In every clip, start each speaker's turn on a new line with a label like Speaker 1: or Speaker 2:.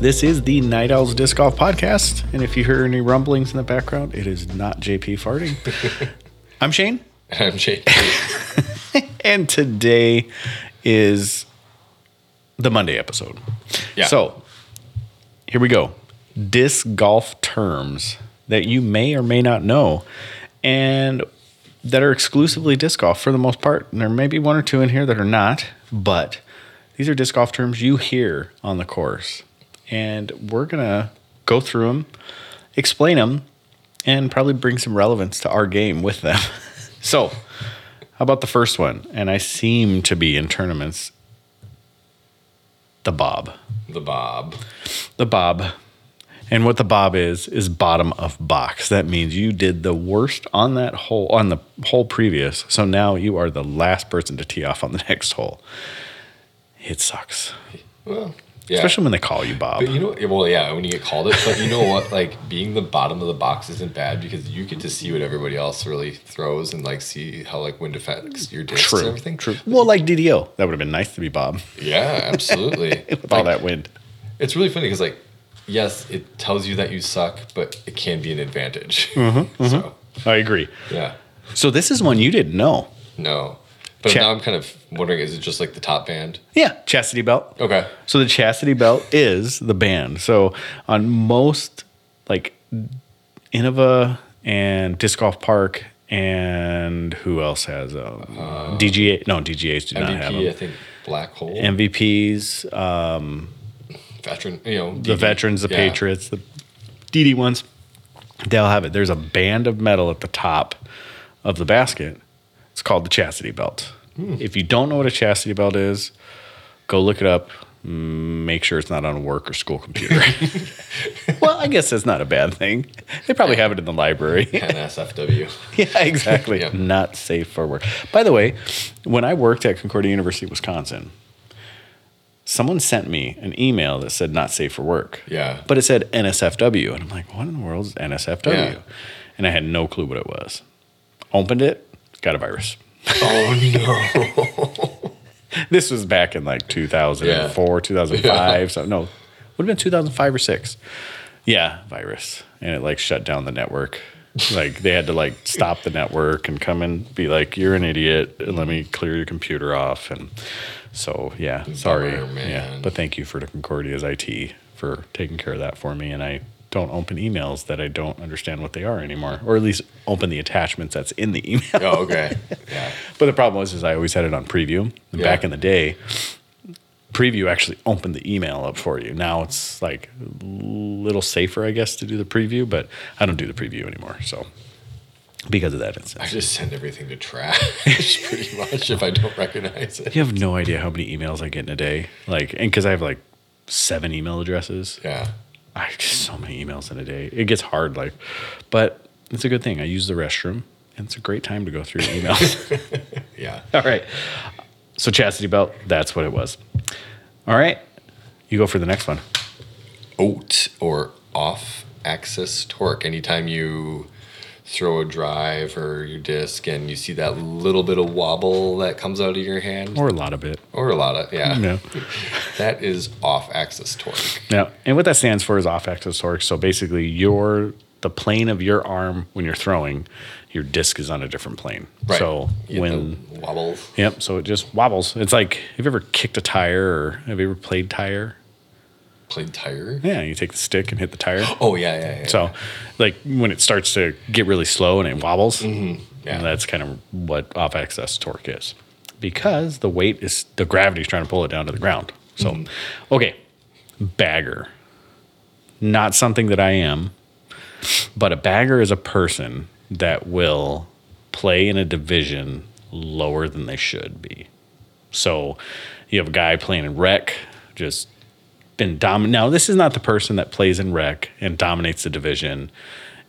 Speaker 1: This is the Night Owls Disc Golf Podcast. And if you hear any rumblings in the background, it is not JP farting. I'm Shane.
Speaker 2: I'm Jake.
Speaker 1: And today is the Monday episode.
Speaker 2: Yeah.
Speaker 1: So here we go. Disc golf terms that you may or may not know and that are exclusively disc golf for the most part. And there may be one or two in here that are not, but these are disc golf terms you hear on the course. And we're going to go through them, explain them, and probably bring some relevance to our game with them. so, how about the first one? And I seem to be in tournaments the bob.
Speaker 2: the Bob.
Speaker 1: The bob. And what the bob is is bottom of box. That means you did the worst on that hole on the hole previous. So now you are the last person to tee off on the next hole. It sucks.
Speaker 2: Well, yeah.
Speaker 1: Especially when they call you bob.
Speaker 2: but you know, well, yeah, when you get called it, but you know what? Like being the bottom of the box isn't bad because you get to see what everybody else really throws and like see how like wind affects your discs and everything.
Speaker 1: True. Well, like DDO. That would have been nice to be bob
Speaker 2: Yeah, absolutely.
Speaker 1: with all
Speaker 2: Like,
Speaker 1: that wind.
Speaker 2: It's really funny because like, yes, it tells you that you suck, but it can be an advantage.
Speaker 1: Mm-hmm,
Speaker 2: So
Speaker 1: I agree.
Speaker 2: yeah,
Speaker 1: So this is one you didn't know.
Speaker 2: no. But
Speaker 1: Check.
Speaker 2: now I'm kind of wondering: is it just like the top band?
Speaker 1: Yeah, chastity belt.
Speaker 2: Okay.
Speaker 1: So the chastity belt is the band. So on most like Innova and Disc Golf Park and who else has um,
Speaker 2: Uh,
Speaker 1: DGA? No, DGAs do not have
Speaker 2: MVP, I
Speaker 1: them.
Speaker 2: think Black Hole,
Speaker 1: MVPs, uh,
Speaker 2: veteran, you know,
Speaker 1: the
Speaker 2: DD.
Speaker 1: veterans, the
Speaker 2: Yeah.
Speaker 1: patriots, the DD ones, they'll have it. There's a band of metal at the top of the basket. It's called the chastity belt.
Speaker 2: Hmm.
Speaker 1: If you don't know what a chastity belt is, go look it up. Mm, Make sure it's not on a work or school computer. well, I guess that's not a bad thing. They probably have it in the library.
Speaker 2: NSFW.
Speaker 1: yeah, exactly.
Speaker 2: Yeah.
Speaker 1: Not safe for work. By the way, when I worked at Concordia University, Wisconsin, someone sent me an email that said not safe for work.
Speaker 2: Yeah.
Speaker 1: But it said NSFW. And I'm like, what in the world is NSFW?
Speaker 2: Yeah.
Speaker 1: And I had no clue what it was. Opened it, got a virus.
Speaker 2: Oh no.
Speaker 1: This was back in like 2004, 2005. So, no, would have been 2005 or six. Yeah, virus. And it like shut down the network. like they had to like stop the network and come and be like, you're an idiot and let me clear your computer off. And so, yeah, sorry.
Speaker 2: Bummer, man.
Speaker 1: Yeah. But thank you for the Concordia's IT for taking care of that for me. And I don't open emails that I don't understand what they are anymore, or at least open the attachments that's in the email.
Speaker 2: Oh, okay. Yeah.
Speaker 1: But the problem was is I always had it on preview. And
Speaker 2: Yeah.
Speaker 1: Back in the day, preview actually opened the email up for you. Now it's like a little safer, I guess, to do the preview, but I don't do the preview anymore. So because of that
Speaker 2: I
Speaker 1: instance.
Speaker 2: just send everything to trash pretty much if I don't recognize it.
Speaker 1: You have no idea how many emails I get in a day. Like and because I have like seven email addresses.
Speaker 2: Yeah.
Speaker 1: I get so many emails in a day. It gets hard, like, but it's a good thing. I use the restroom and it's a great time to go through your emails.
Speaker 2: Yeah.
Speaker 1: All right. So chastity belt, that's what it was. All right. You go for the next one.
Speaker 2: Oat or off axis torque. Anytime you throw a drive or your disc and you see that little bit of wobble that comes out of your hand or,
Speaker 1: Or a lot of it.
Speaker 2: a lot of, yeah,
Speaker 1: No.
Speaker 2: that is off axis torque.
Speaker 1: No. And what that stands for is off axis torque. So basically your the plane of your arm when you're throwing, your disc is on a different plane. So
Speaker 2: You get
Speaker 1: when
Speaker 2: the wobble,
Speaker 1: Yep, so it just wobbles. It's like have you ever kicked a tire or have you ever played tire?
Speaker 2: played tire.
Speaker 1: Yeah, you take the stick and hit the tire.
Speaker 2: Oh, yeah, yeah, yeah.
Speaker 1: So like when it starts to get really slow and it wobbles,
Speaker 2: yeah.
Speaker 1: And that's kind of what off access torque is because the weight is the gravity is trying to pull it down to the ground. So, okay, bagger. Not something that I am, but a bagger is a person that will play in a division lower than they should be. So, you have a guy playing in rec, just been dominant. Now, this is not the person that plays in rec and dominates the division.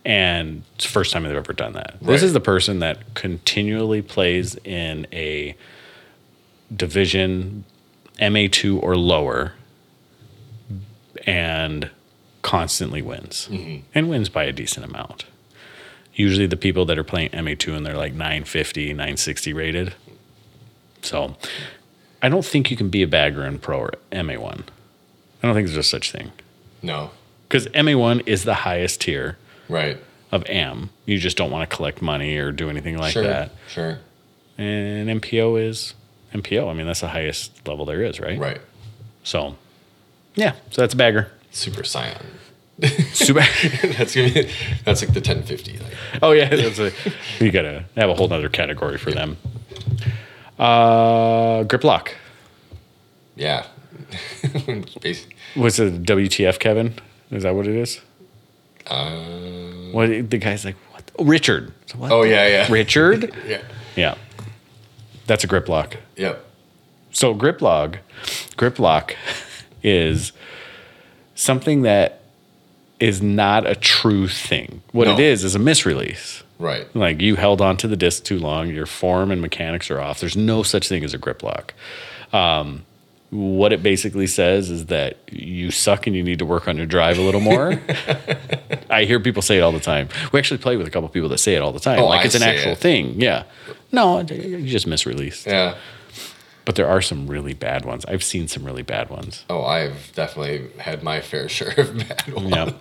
Speaker 1: And it's the first time they've ever done that. This
Speaker 2: Right.
Speaker 1: is the person that continually plays in a division MA2 or lower and constantly wins and wins by a decent amount. Usually, the people that are playing MA2 and they're like 950, 960 rated. So, I don't think you can be a bagger in pro or MA1. I don't think there's a such thing.
Speaker 2: No.
Speaker 1: Because MA1 is the highest tier
Speaker 2: Right.
Speaker 1: of AM. You just don't want to collect money or do anything like
Speaker 2: sure.
Speaker 1: that.
Speaker 2: Sure.
Speaker 1: And MPO is MPO. I mean, that's the highest level there is, right?
Speaker 2: Right.
Speaker 1: So, yeah. So that's a bagger.
Speaker 2: Super Scion.
Speaker 1: Super.
Speaker 2: that's gonna be, that's like the 1050. Like,
Speaker 1: oh yeah, that's a, you gotta have a whole other category for them. Uh, grip lock
Speaker 2: yeah. Basi-
Speaker 1: was it WTF, Kevin? Is that what it is?
Speaker 2: uh,
Speaker 1: What the guy's like? What? the- oh, Richard. So what
Speaker 2: oh
Speaker 1: the-
Speaker 2: yeah, yeah.
Speaker 1: Richard.
Speaker 2: Yeah.
Speaker 1: yeah, that's a grip lock.
Speaker 2: Yep.
Speaker 1: So grip log, grip lock is something that is not a true thing. What
Speaker 2: No.
Speaker 1: it is is a misrelease.
Speaker 2: Right.
Speaker 1: Like you held onto the disc too long, your form and mechanics are off. There's no such thing as a grip lock. Um, what it basically says is that you suck and you need to work on your drive a little more. I hear people say it all the time. We actually play with a couple people that say it all the time,
Speaker 2: Oh,
Speaker 1: like
Speaker 2: I
Speaker 1: it's an
Speaker 2: say
Speaker 1: actual
Speaker 2: it.
Speaker 1: thing. Yeah. No, you just misreleased.
Speaker 2: Yeah.
Speaker 1: But there are some really bad ones. I've seen some really bad ones.
Speaker 2: Oh, I've definitely had my fair share of bad ones.
Speaker 1: Yeah.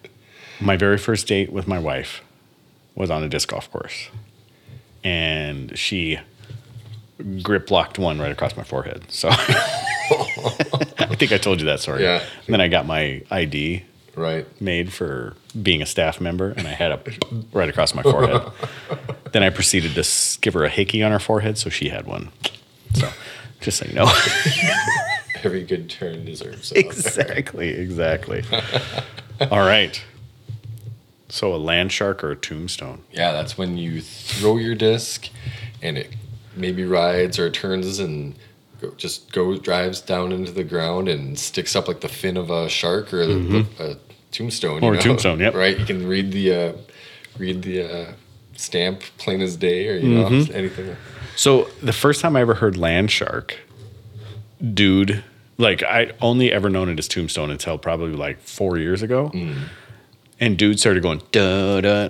Speaker 1: My very first date with my wife was on a disc golf course, and she grip locked one right across my forehead. So I think I told you that story.
Speaker 2: Yeah.
Speaker 1: And then I got my ID
Speaker 2: Right.
Speaker 1: made for being a staff member, and I had a right across my forehead. then I proceeded to s- give her a hickey on her forehead, so she had one. So just so you know.
Speaker 2: Every good turn deserves it.
Speaker 1: exactly, exactly. All right. So a land shark or a tombstone?
Speaker 2: Yeah, that's when you throw your disc and it maybe rides or turns and go, just goes drives down into the ground and sticks up like the fin of a shark or the, a tombstone.
Speaker 1: Mm-hmm. Or a
Speaker 2: you know?
Speaker 1: tombstone, yep.
Speaker 2: Right, you can read the uh, read the uh, stamp plain as day or you know
Speaker 1: Mm-hmm.
Speaker 2: anything.
Speaker 1: So the first time I ever heard land shark, dude, like I only ever known it as tombstone until probably like four years ago.
Speaker 2: Mm.
Speaker 1: And dude started going da da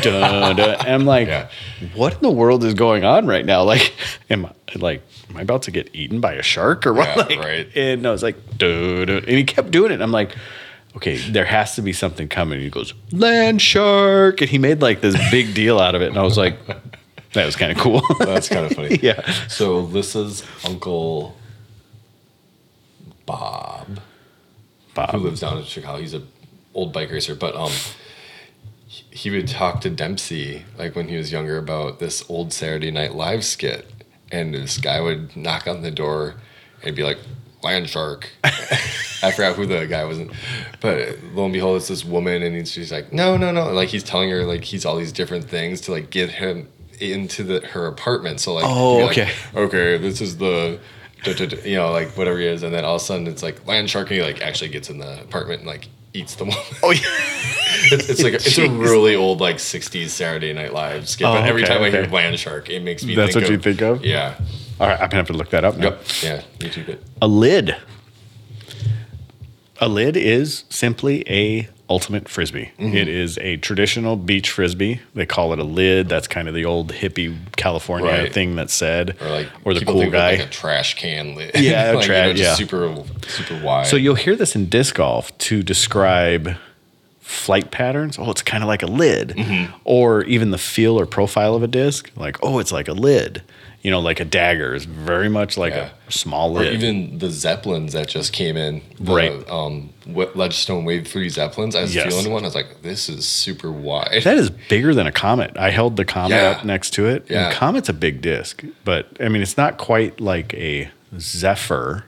Speaker 1: da da. And I'm like,
Speaker 2: Yeah.
Speaker 1: what in the world is going on right now? Like, am I like am I about to get eaten by a shark or what?
Speaker 2: Yeah,
Speaker 1: like,
Speaker 2: right.
Speaker 1: And I was like, da da. And he kept doing it. I'm like. Okay, there has to be something coming. And he goes, Land shark. And he made like this big deal out of it. And I was like, that was kind of cool.
Speaker 2: That's kind of funny.
Speaker 1: yeah.
Speaker 2: So Lissa's uncle Bob,
Speaker 1: Bob.
Speaker 2: who lives down in Chicago, he's a old bike racer, but um, he- he would talk to Dempsey like when he was younger about this old Saturday Night Live skit, and this guy would knock on the door and be like, "Land shark." I forgot who the guy was, but lo and behold, it's this woman, and he's- she's like, "No, no, no!" And, like he's telling her like he's all these different things to like get him into the her apartment. So like,
Speaker 1: Oh,
Speaker 2: he'd be like,
Speaker 1: okay.
Speaker 2: okay, this is the, duh, duh, duh, you know, like whatever he is, and then all of a sudden it's like land shark, and he like actually gets in the apartment and like eats the woman.
Speaker 1: Oh yeah.
Speaker 2: It's, it's like it's a
Speaker 1: Jeez.
Speaker 2: really old like '60s Saturday Night Live skit.
Speaker 1: Oh,
Speaker 2: but every
Speaker 1: okay,
Speaker 2: time I hear
Speaker 1: okay.
Speaker 2: land shark, it makes me.
Speaker 1: That's
Speaker 2: think
Speaker 1: what
Speaker 2: of,
Speaker 1: you think of?
Speaker 2: Yeah.
Speaker 1: All right, I'm gonna have to look that up now.
Speaker 2: Yep. Yeah. YouTube it.
Speaker 1: A lid. A lid is simply a ultimate frisbee.
Speaker 2: Mm-hmm.
Speaker 1: It is a traditional beach frisbee. They call it a lid. That's kind of the old hippie California
Speaker 2: Right.
Speaker 1: thing that's said,
Speaker 2: Or like
Speaker 1: or the
Speaker 2: people
Speaker 1: cool
Speaker 2: think of it
Speaker 1: guy.
Speaker 2: like a trash can lid.
Speaker 1: Yeah, a
Speaker 2: like,
Speaker 1: tra-
Speaker 2: you know, just
Speaker 1: yeah.
Speaker 2: super super wide.
Speaker 1: So you'll hear this in disc golf to describe flight patterns. Oh, it's kind of like a lid,
Speaker 2: Mm-hmm.
Speaker 1: or even the feel or profile of a disc. Like, oh, it's like a lid. You know, like a dagger is very much like
Speaker 2: Yeah.
Speaker 1: a small
Speaker 2: or
Speaker 1: lid.
Speaker 2: even the Zeppelins that just came in, the,
Speaker 1: Right.
Speaker 2: Um, what Ledgestone Wave Three Zeppelins. I was
Speaker 1: Yes.
Speaker 2: feeling one. I was like, this is super wide.
Speaker 1: that is bigger than a comet. I held the comet
Speaker 2: Yeah.
Speaker 1: up next to it.
Speaker 2: Yeah.
Speaker 1: And comet's a big disc, but I mean, it's not quite like a Zephyr.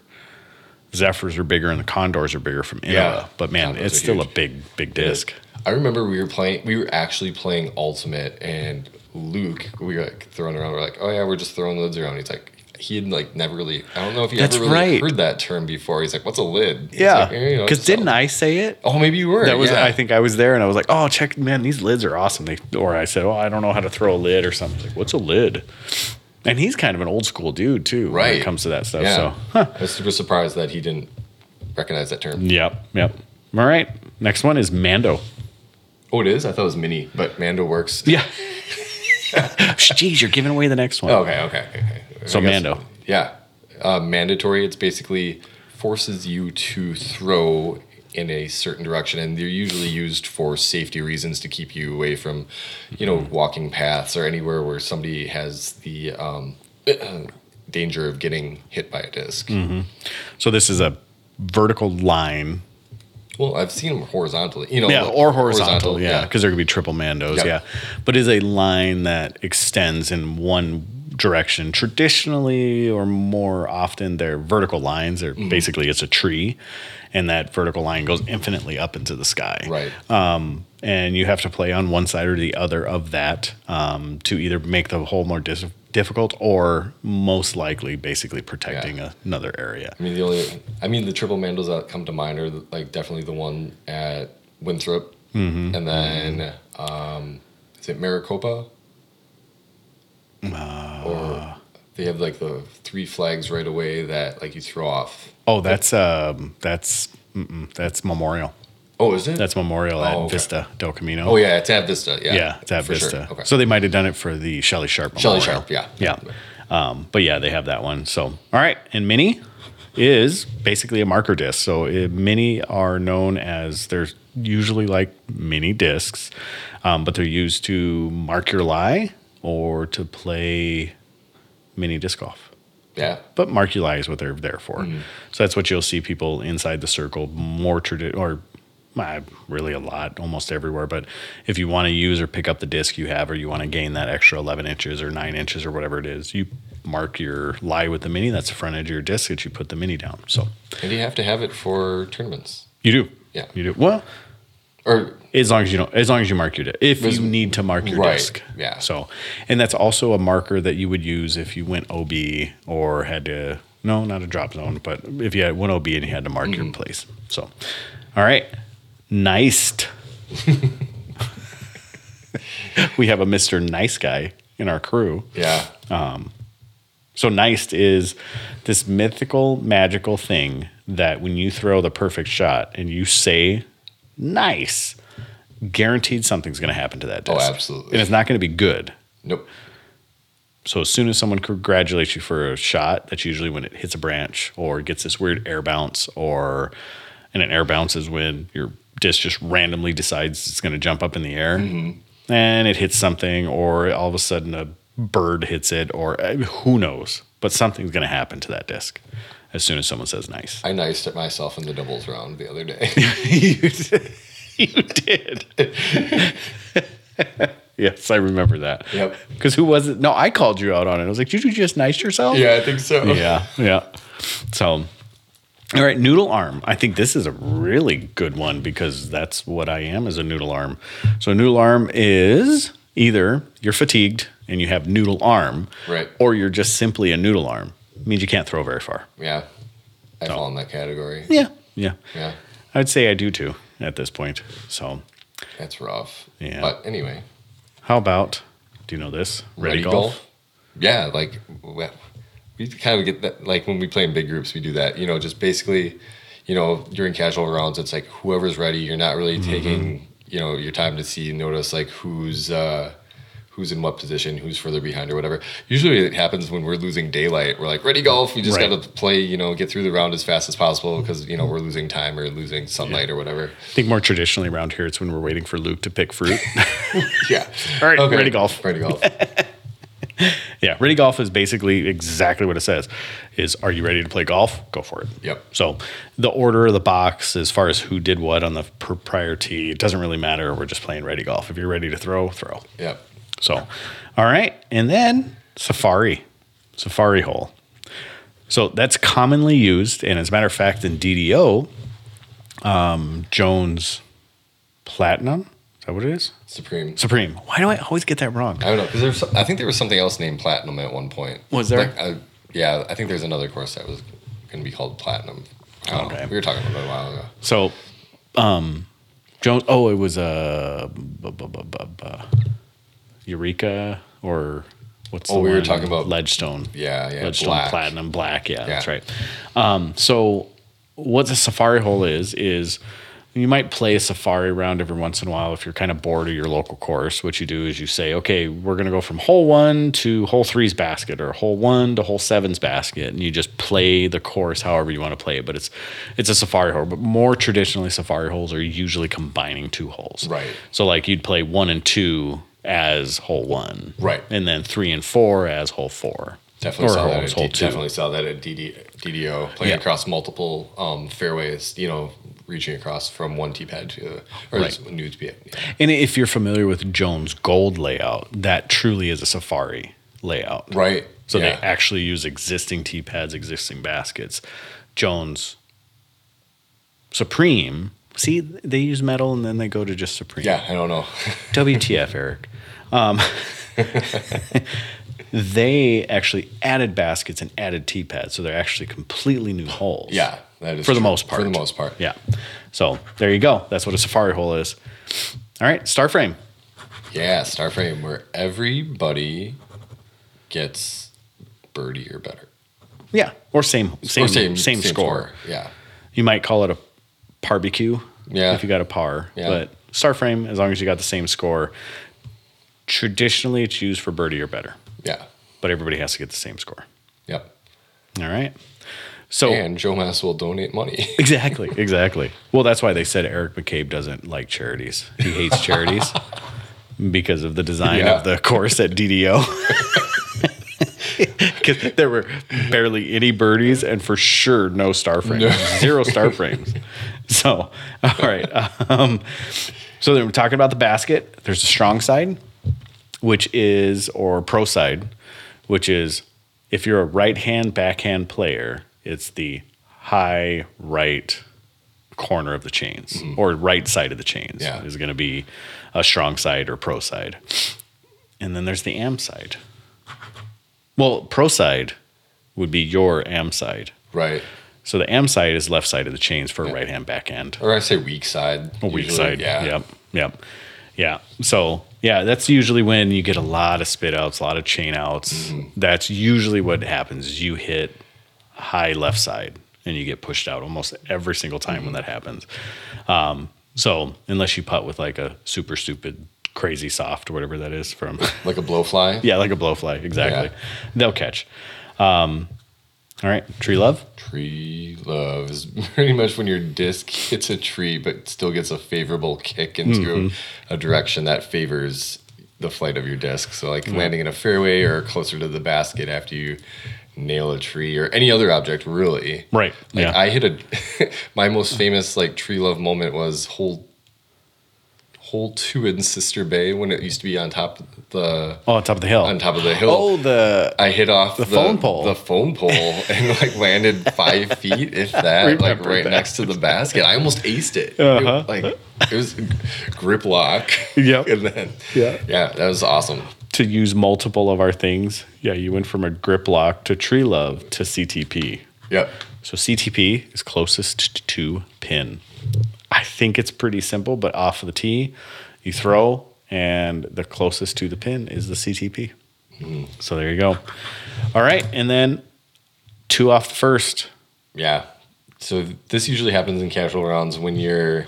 Speaker 1: Zephyrs are bigger and the condors are bigger from Inoa,
Speaker 2: Yeah.
Speaker 1: but man,
Speaker 2: Condors
Speaker 1: it's
Speaker 2: are
Speaker 1: still
Speaker 2: huge.
Speaker 1: a big, big disc.
Speaker 2: I remember we were playing. We were actually playing Ultimate, and Luke. We were like throwing around. We're like, oh yeah, we're just throwing lids around. He's like, he had like never really. I don't know if he
Speaker 1: That's
Speaker 2: ever really
Speaker 1: right.
Speaker 2: heard that term before. He's like, what's a lid? He's
Speaker 1: Yeah,
Speaker 2: like, "Eh, you know,
Speaker 1: because
Speaker 2: just a-
Speaker 1: didn't I say it?
Speaker 2: Oh, maybe you were.
Speaker 1: That was
Speaker 2: yeah.
Speaker 1: I think I was there and I was like, oh check man, these lids are awesome. They or I said, Oh, I don't know how to throw a lid or something. He's like, what's a lid? And he's kind of an old school dude too when
Speaker 2: Right.
Speaker 1: it comes to that stuff. Oh, So
Speaker 2: Yeah.
Speaker 1: huh.
Speaker 2: I was super surprised that he didn't recognize that term.
Speaker 1: Yep, yep. All right. Next one is Mando.
Speaker 2: Oh, it is. I thought it was mini, but Mando works.
Speaker 1: Yeah. Jeez, you're giving away the next one.
Speaker 2: Oh, Okay, okay, okay, okay.
Speaker 1: Oh, So
Speaker 2: I guess-
Speaker 1: Mando.
Speaker 2: Yeah, uh, mandatory. It's basically forces you to throw in a certain direction, and they're usually used for safety reasons to keep you away from, you know,
Speaker 1: Hmm.
Speaker 2: walking paths or anywhere where somebody has the um, danger of getting hit by a disk
Speaker 1: Hmm. So this is a vertical line.
Speaker 2: Well, I've seen them horizontally, you know,
Speaker 1: Yeah,
Speaker 2: the-
Speaker 1: or horizontal. yeah, because there could be triple mandos.
Speaker 2: Yep.
Speaker 1: Yeah, but is a line that extends in one direction. Traditionally, or more often, they're vertical lines. They're basically it's a tree, and that vertical line goes infinitely up into the sky.
Speaker 2: right.
Speaker 1: Um, and you have to play on one side or the other of that um, to either make the hole more dis- difficult or most likely basically protecting another area.
Speaker 2: I mean, the only, I mean, the triple mandals that come to mind are like definitely the one at Winthrop,
Speaker 1: Mm-hmm.
Speaker 2: and then um, is it Maricopa?
Speaker 1: Uh,
Speaker 2: or they have like the three flags right away that like you throw off.
Speaker 1: Oh, that's um, that's mm-mm, that's Memorial.
Speaker 2: Oh, is it?
Speaker 1: That's Memorial at
Speaker 2: Oh, okay.
Speaker 1: Vista del Camino.
Speaker 2: oh yeah, it's at Vista. Yeah,
Speaker 1: yeah, it's at
Speaker 2: for sure.
Speaker 1: Vista.
Speaker 2: Okay.
Speaker 1: So they might have done it for the Shelley Sharp.
Speaker 2: Shelley
Speaker 1: Memorial.
Speaker 2: Sharp, yeah.
Speaker 1: yeah. Um, but yeah, they have that one. So, all right. And mini is basically a marker disc. So, it, mini are known as they're usually like mini discs, um, but they're used to mark your lie or to play mini disc golf.
Speaker 2: yeah,
Speaker 1: But mark your lie is what they're there for. So, that's what you'll see people inside the circle more tradi- or uh, really a lot almost everywhere but if you want to use or pick up the disc you have or you want to gain that extra 11 inches or 9 inches or whatever it is you mark your lie with the mini that's the front edge of your disc that you put the mini down so
Speaker 2: and you have to have it for tournaments.
Speaker 1: you do
Speaker 2: Yeah.
Speaker 1: you do well
Speaker 2: Or
Speaker 1: as long as you don't as long as you mark your disc if
Speaker 2: As-
Speaker 1: you need to mark your
Speaker 2: right,
Speaker 1: disc
Speaker 2: yeah.
Speaker 1: so and that's also a marker that you would use if you went ob or had to no not a drop zone but if you had one ob and you had to mark
Speaker 2: Mm-hmm.
Speaker 1: your place so all right niced we have a mr nice guy in our crew
Speaker 2: yeah,
Speaker 1: so Neist is this mythical, magical thing that when you throw the perfect shot and you say nice, guaranteed something's going to happen to that
Speaker 2: Oh,
Speaker 1: disc.
Speaker 2: absolutely.
Speaker 1: And it's not going to be good.
Speaker 2: nope.
Speaker 1: So as soon as someone congratulates you for a shot, that's usually when it hits a branch or gets this weird air bounce or and an air bounce is when your disc just randomly decides it's going to jump up in the air
Speaker 2: Mm-hmm.
Speaker 1: and it hits something or all of a sudden a bird hits it or uh, who knows, but something's going to happen to that disc as soon as someone says nice.
Speaker 2: I niced at myself in the doubles round the other day.
Speaker 1: you did. You did. yes, I remember that.
Speaker 2: Yep.
Speaker 1: Because who was it? No, I called you out on it. I was like, did you just nice yourself?
Speaker 2: yeah, I think so.
Speaker 1: yeah, yeah. So, all right, noodle arm. I think this is a really good one because that's what I am as a noodle arm. So, noodle arm is either you're fatigued and you have noodle arm,
Speaker 2: Right.
Speaker 1: or you're just simply a noodle arm. means you can't throw very far.
Speaker 2: Yeah, I fall in that category.
Speaker 1: Yeah, yeah.
Speaker 2: Yeah,
Speaker 1: I'd say I do too at this point. So,
Speaker 2: that's rough.
Speaker 1: Yeah.
Speaker 2: But anyway,
Speaker 1: how about? Do you know this?
Speaker 2: Yeah, like well, we kind of get that. Like when we play in big groups, we do that. You know, just basically, you know, during casual rounds, it's like whoever's ready. You're not really
Speaker 1: Mm-hmm.
Speaker 2: taking you know your time to see notice like who's. uh Who's in what position? Who's further behind, or whatever. Usually, it happens when we're losing daylight. We're like, ready golf. We just
Speaker 1: Right.
Speaker 2: got to play, you know, get through the round as fast as possible because you know we're losing time or losing sunlight or whatever.
Speaker 1: I think more traditionally around here, it's when we're waiting for Luke to pick fruit.
Speaker 2: Yeah.
Speaker 1: All right, ready golf.
Speaker 2: Ready golf.
Speaker 1: Yeah, ready golf is basically exactly what it says. Is are you ready to play golf? Go for it.
Speaker 2: Yep.
Speaker 1: So the order of the box, as far as who did what on the pr- prior tee, it doesn't really matter. We're just playing ready golf. If you're ready to throw, throw.
Speaker 2: Yep.
Speaker 1: So, all right, and then safari, safari hole. So that's commonly used, and as a matter of fact, in DDO, um, Jones Platinum. Is that what it is?
Speaker 2: Supreme.
Speaker 1: Supreme. Why do I always get that wrong?
Speaker 2: I don't know because there's. I think there was something else named platinum at one point.
Speaker 1: Was there?
Speaker 2: Like, I, yeah, I think there's another course that was going to be called platinum. I don't know.
Speaker 1: Okay.
Speaker 2: We were talking about it a while ago.
Speaker 1: So, um, Jones. Oh, it was uh, bu- bu- bu- bu- bu- Eureka or what's?
Speaker 2: Oh,
Speaker 1: the
Speaker 2: we were
Speaker 1: one?
Speaker 2: talking about-
Speaker 1: Ledgestone.
Speaker 2: Yeah, yeah,
Speaker 1: Ledgestone
Speaker 2: black.
Speaker 1: Platinum Black. Yeah, that's
Speaker 2: Yeah.
Speaker 1: right. Um, so, what the safari hole is is You might play a safari round every once in a while if you're kind of bored of your local course. What you do is you say, okay, we're going to go from hole one to hole three's basket or hole one to hole seven's basket. And you just play the course however you want to play it. But it's it's a safari hole. But more traditionally, safari holes are usually combining two holes.
Speaker 2: Right.
Speaker 1: So, like, you'd play one and two as hole one.
Speaker 2: Right.
Speaker 1: And then three and four as hole four.
Speaker 2: Definitely
Speaker 1: or
Speaker 2: saw
Speaker 1: hole,
Speaker 2: that. At,
Speaker 1: hole
Speaker 2: D-
Speaker 1: two.
Speaker 2: definitely saw that at DD, DDO playing
Speaker 1: Yeah.
Speaker 2: across multiple um, fairways. You know, reaching across from one tee pad to the or
Speaker 1: Right.
Speaker 2: new tee pad. Yeah.
Speaker 1: And if you're familiar with Jones Gold layout, that truly is a safari layout.
Speaker 2: Right.
Speaker 1: So
Speaker 2: yeah.
Speaker 1: they actually use existing tee pads, existing baskets. Jones Supreme. See, they use metal and then they go to just Supreme.
Speaker 2: yeah. I don't know.
Speaker 1: WTF, Eric. Um, they actually added baskets and added tee pads. So they're actually completely new holes.
Speaker 2: yeah. That is
Speaker 1: For the
Speaker 2: true.
Speaker 1: most part.
Speaker 2: For the most part.
Speaker 1: Yeah. So there you go. That's what a safari hole is. All right, star frame.
Speaker 2: Yeah, Starframe, where everybody gets birdie or better.
Speaker 1: Yeah, or same same
Speaker 2: Or
Speaker 1: same, score.
Speaker 2: Yeah.
Speaker 1: You might call it a barbecue.
Speaker 2: Yeah.
Speaker 1: if you got a par,
Speaker 2: Yeah.
Speaker 1: but star frame as long as you got the same score. Traditionally, it's used for birdie or better,
Speaker 2: Yeah.
Speaker 1: but everybody has to get the same score.
Speaker 2: Yep.
Speaker 1: All right. So
Speaker 2: And Joe Mass will donate money.
Speaker 1: exactly, exactly. Well, that's why they said Eric McCabe doesn't like charities. He hates charities because of the design
Speaker 2: Yeah.
Speaker 1: of the course at DDO. Because there were barely any birdies and for sure no star frames, zero star frames. So, all right. Um, so then we're talking about the basket. There's a strong side, which is or pro side, which is if you're a right hand backhand player, it's the high right corner of the chains or right side of the chains
Speaker 2: Yeah.
Speaker 1: is going to be a strong side or pro side. And then there's the am side. Well, pro side would be your am side.
Speaker 2: right.
Speaker 1: So the am side is left side of the chains for right hand backhand.
Speaker 2: Or I say weak side.
Speaker 1: A weak
Speaker 2: usually.
Speaker 1: side.
Speaker 2: Yeah.
Speaker 1: Yep. Yep. Yeah. So yeah, that's usually when you get a lot of spit outs, a lot of chain outs.
Speaker 2: Mm-hmm.
Speaker 1: That's usually what happens is you hit high left side and you get pushed out almost every single time
Speaker 2: Mm-hmm.
Speaker 1: when that happens. Um, so unless you putt with like a super stupid crazy soft or whatever that is from
Speaker 2: Like a blowfly.
Speaker 1: yeah, like a blowfly, exactly. They'll catch. Um, all right, tree love.
Speaker 2: Tree love is pretty much when your disc hits a tree but still gets a favorable kick into
Speaker 1: Mm-hmm.
Speaker 2: a direction that favors the flight of your disc. So, like landing in a fairway or closer to the basket after you nail a tree or any other object, really.
Speaker 1: Right.
Speaker 2: Like
Speaker 1: yeah.
Speaker 2: I hit a my most famous like tree love moment was whole whole two in Sister Bay when it used to be on top of the
Speaker 1: oh, on top of the hill.
Speaker 2: on top of the hill.
Speaker 1: Oh, the
Speaker 2: I hit off the,
Speaker 1: phone pole.
Speaker 2: the phone pole, and like landed five feet, if that, like
Speaker 1: Remember
Speaker 2: right
Speaker 1: that.
Speaker 2: next to the basket. I almost aced it. It-
Speaker 1: Uh-huh.
Speaker 2: like it was grip lock.
Speaker 1: Yep.
Speaker 2: and then
Speaker 1: Yeah.
Speaker 2: yeah, that was awesome.
Speaker 1: to use multiple of our things. Yeah, you went from a grip lock to tree love to CTP.
Speaker 2: Yep.
Speaker 1: So CTP is closest t- to pin. I think it's pretty simple, but off of the tee, you throw, and the closest to the pin is the CTP. So there you go. All right, and then two off the first.
Speaker 2: Yeah. So this usually happens in casual rounds when you're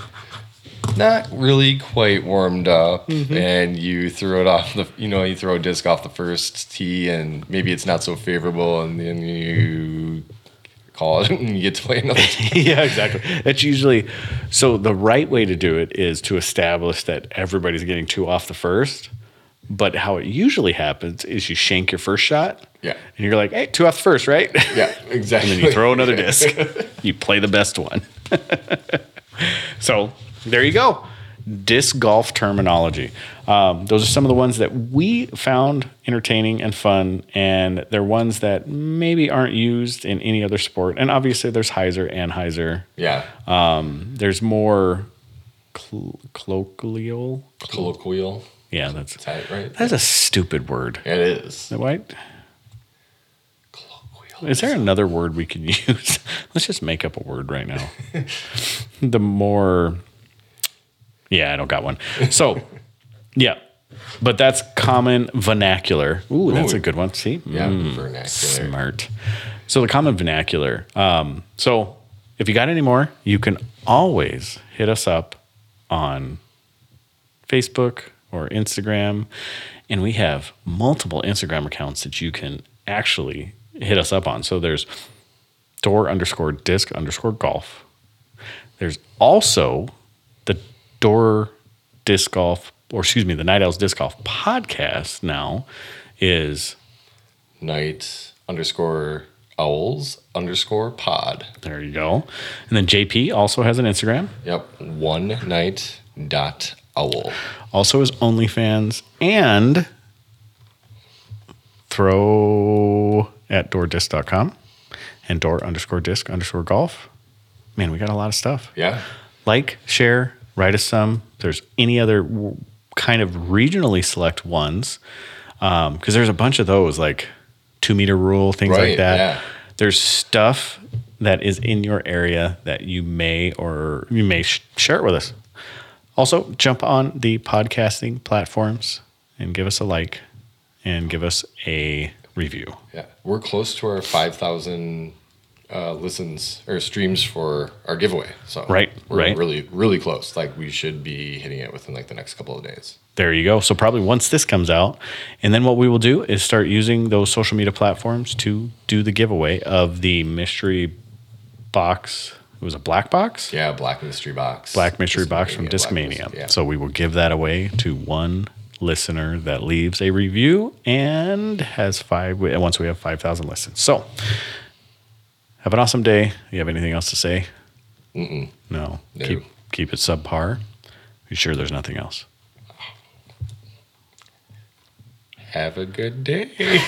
Speaker 2: not really quite warmed up and you throw it off the you know you throw a disc off the first tee and maybe it's not so favorable and then you call it and you get to play another tee.
Speaker 1: yeah, exactly. That's usually so. The right way to do it is to establish that everybody's getting two off the first. But how it usually happens is you shank your first shot.
Speaker 2: Yeah.
Speaker 1: And you're like, hey, two off the first, right? And
Speaker 2: Yeah, exactly.
Speaker 1: then you throw another disc. You play the best one. so there you go. Disc golf terminology. Um, those are some of the ones that we found entertaining and fun, and they're ones that maybe aren't used in any other sport. And obviously, there's Heiser, Anheuser,
Speaker 2: Yeah.
Speaker 1: there's more cl- colloquial.
Speaker 2: Colloquial.
Speaker 1: Yeah, that's
Speaker 2: Is that right?
Speaker 1: that's a stupid word.
Speaker 2: It is.
Speaker 1: Why?
Speaker 2: Colloquial.
Speaker 1: Is there another word we can use? Let's just make up a word right now. the more, yeah, I don't got one. So, yeah, but that's common vernacular. Ooh, that's
Speaker 2: Ooh.
Speaker 1: a good one. See,
Speaker 2: Yeah, vernacular.
Speaker 1: Smart. So the common vernacular. Um, so If you got any more, you can always hit us up on Facebook or Instagram. And we have multiple Instagram accounts that you can actually hit us up on. So there's door underscore disc underscore golf. There's also the door disc golf, or excuse me, the Night Owls Disc Golf podcast now is
Speaker 2: Night underscore owls underscore pod.
Speaker 1: there you go. And then JP also has an Instagram.
Speaker 2: Yep. One night dot owl.
Speaker 1: also his OnlyFans, and throw at doordisc.com and door underscore disc underscore golf. Man, we got a lot of stuff.
Speaker 2: Yeah.
Speaker 1: Like, share, write us some. If there's any other w- kind of regionally select ones, because there's a bunch of those, like two meter rule, things like
Speaker 2: Right,
Speaker 1: that.
Speaker 2: yeah.
Speaker 1: There's stuff that is in your area that you may or you may sh- share it with us. Also, jump on the podcasting platforms and give us a like and give us a review.
Speaker 2: Yeah. We're close to our 5,000 uh, listens or streams for our giveaway. So,
Speaker 1: Right,
Speaker 2: We're
Speaker 1: right.
Speaker 2: really, really close. Like, we should be hitting it within like the next couple of days.
Speaker 1: There you go. So probably once this comes out, and then what we will do is start using those social media platforms to do the giveaway of the mystery box. It was a black box,
Speaker 2: Yeah. Black Mystery Box.
Speaker 1: black mystery box from
Speaker 2: Black
Speaker 1: Discmania.
Speaker 2: Mystery- yeah.
Speaker 1: So we will give that away to one listener that leaves a review and has five. Once we have five thousand listens, so have an awesome day. You have anything else to say? Mm-mm. No.
Speaker 2: No.
Speaker 1: Keep keep it subpar. You sure there's nothing else?
Speaker 2: Have a good day.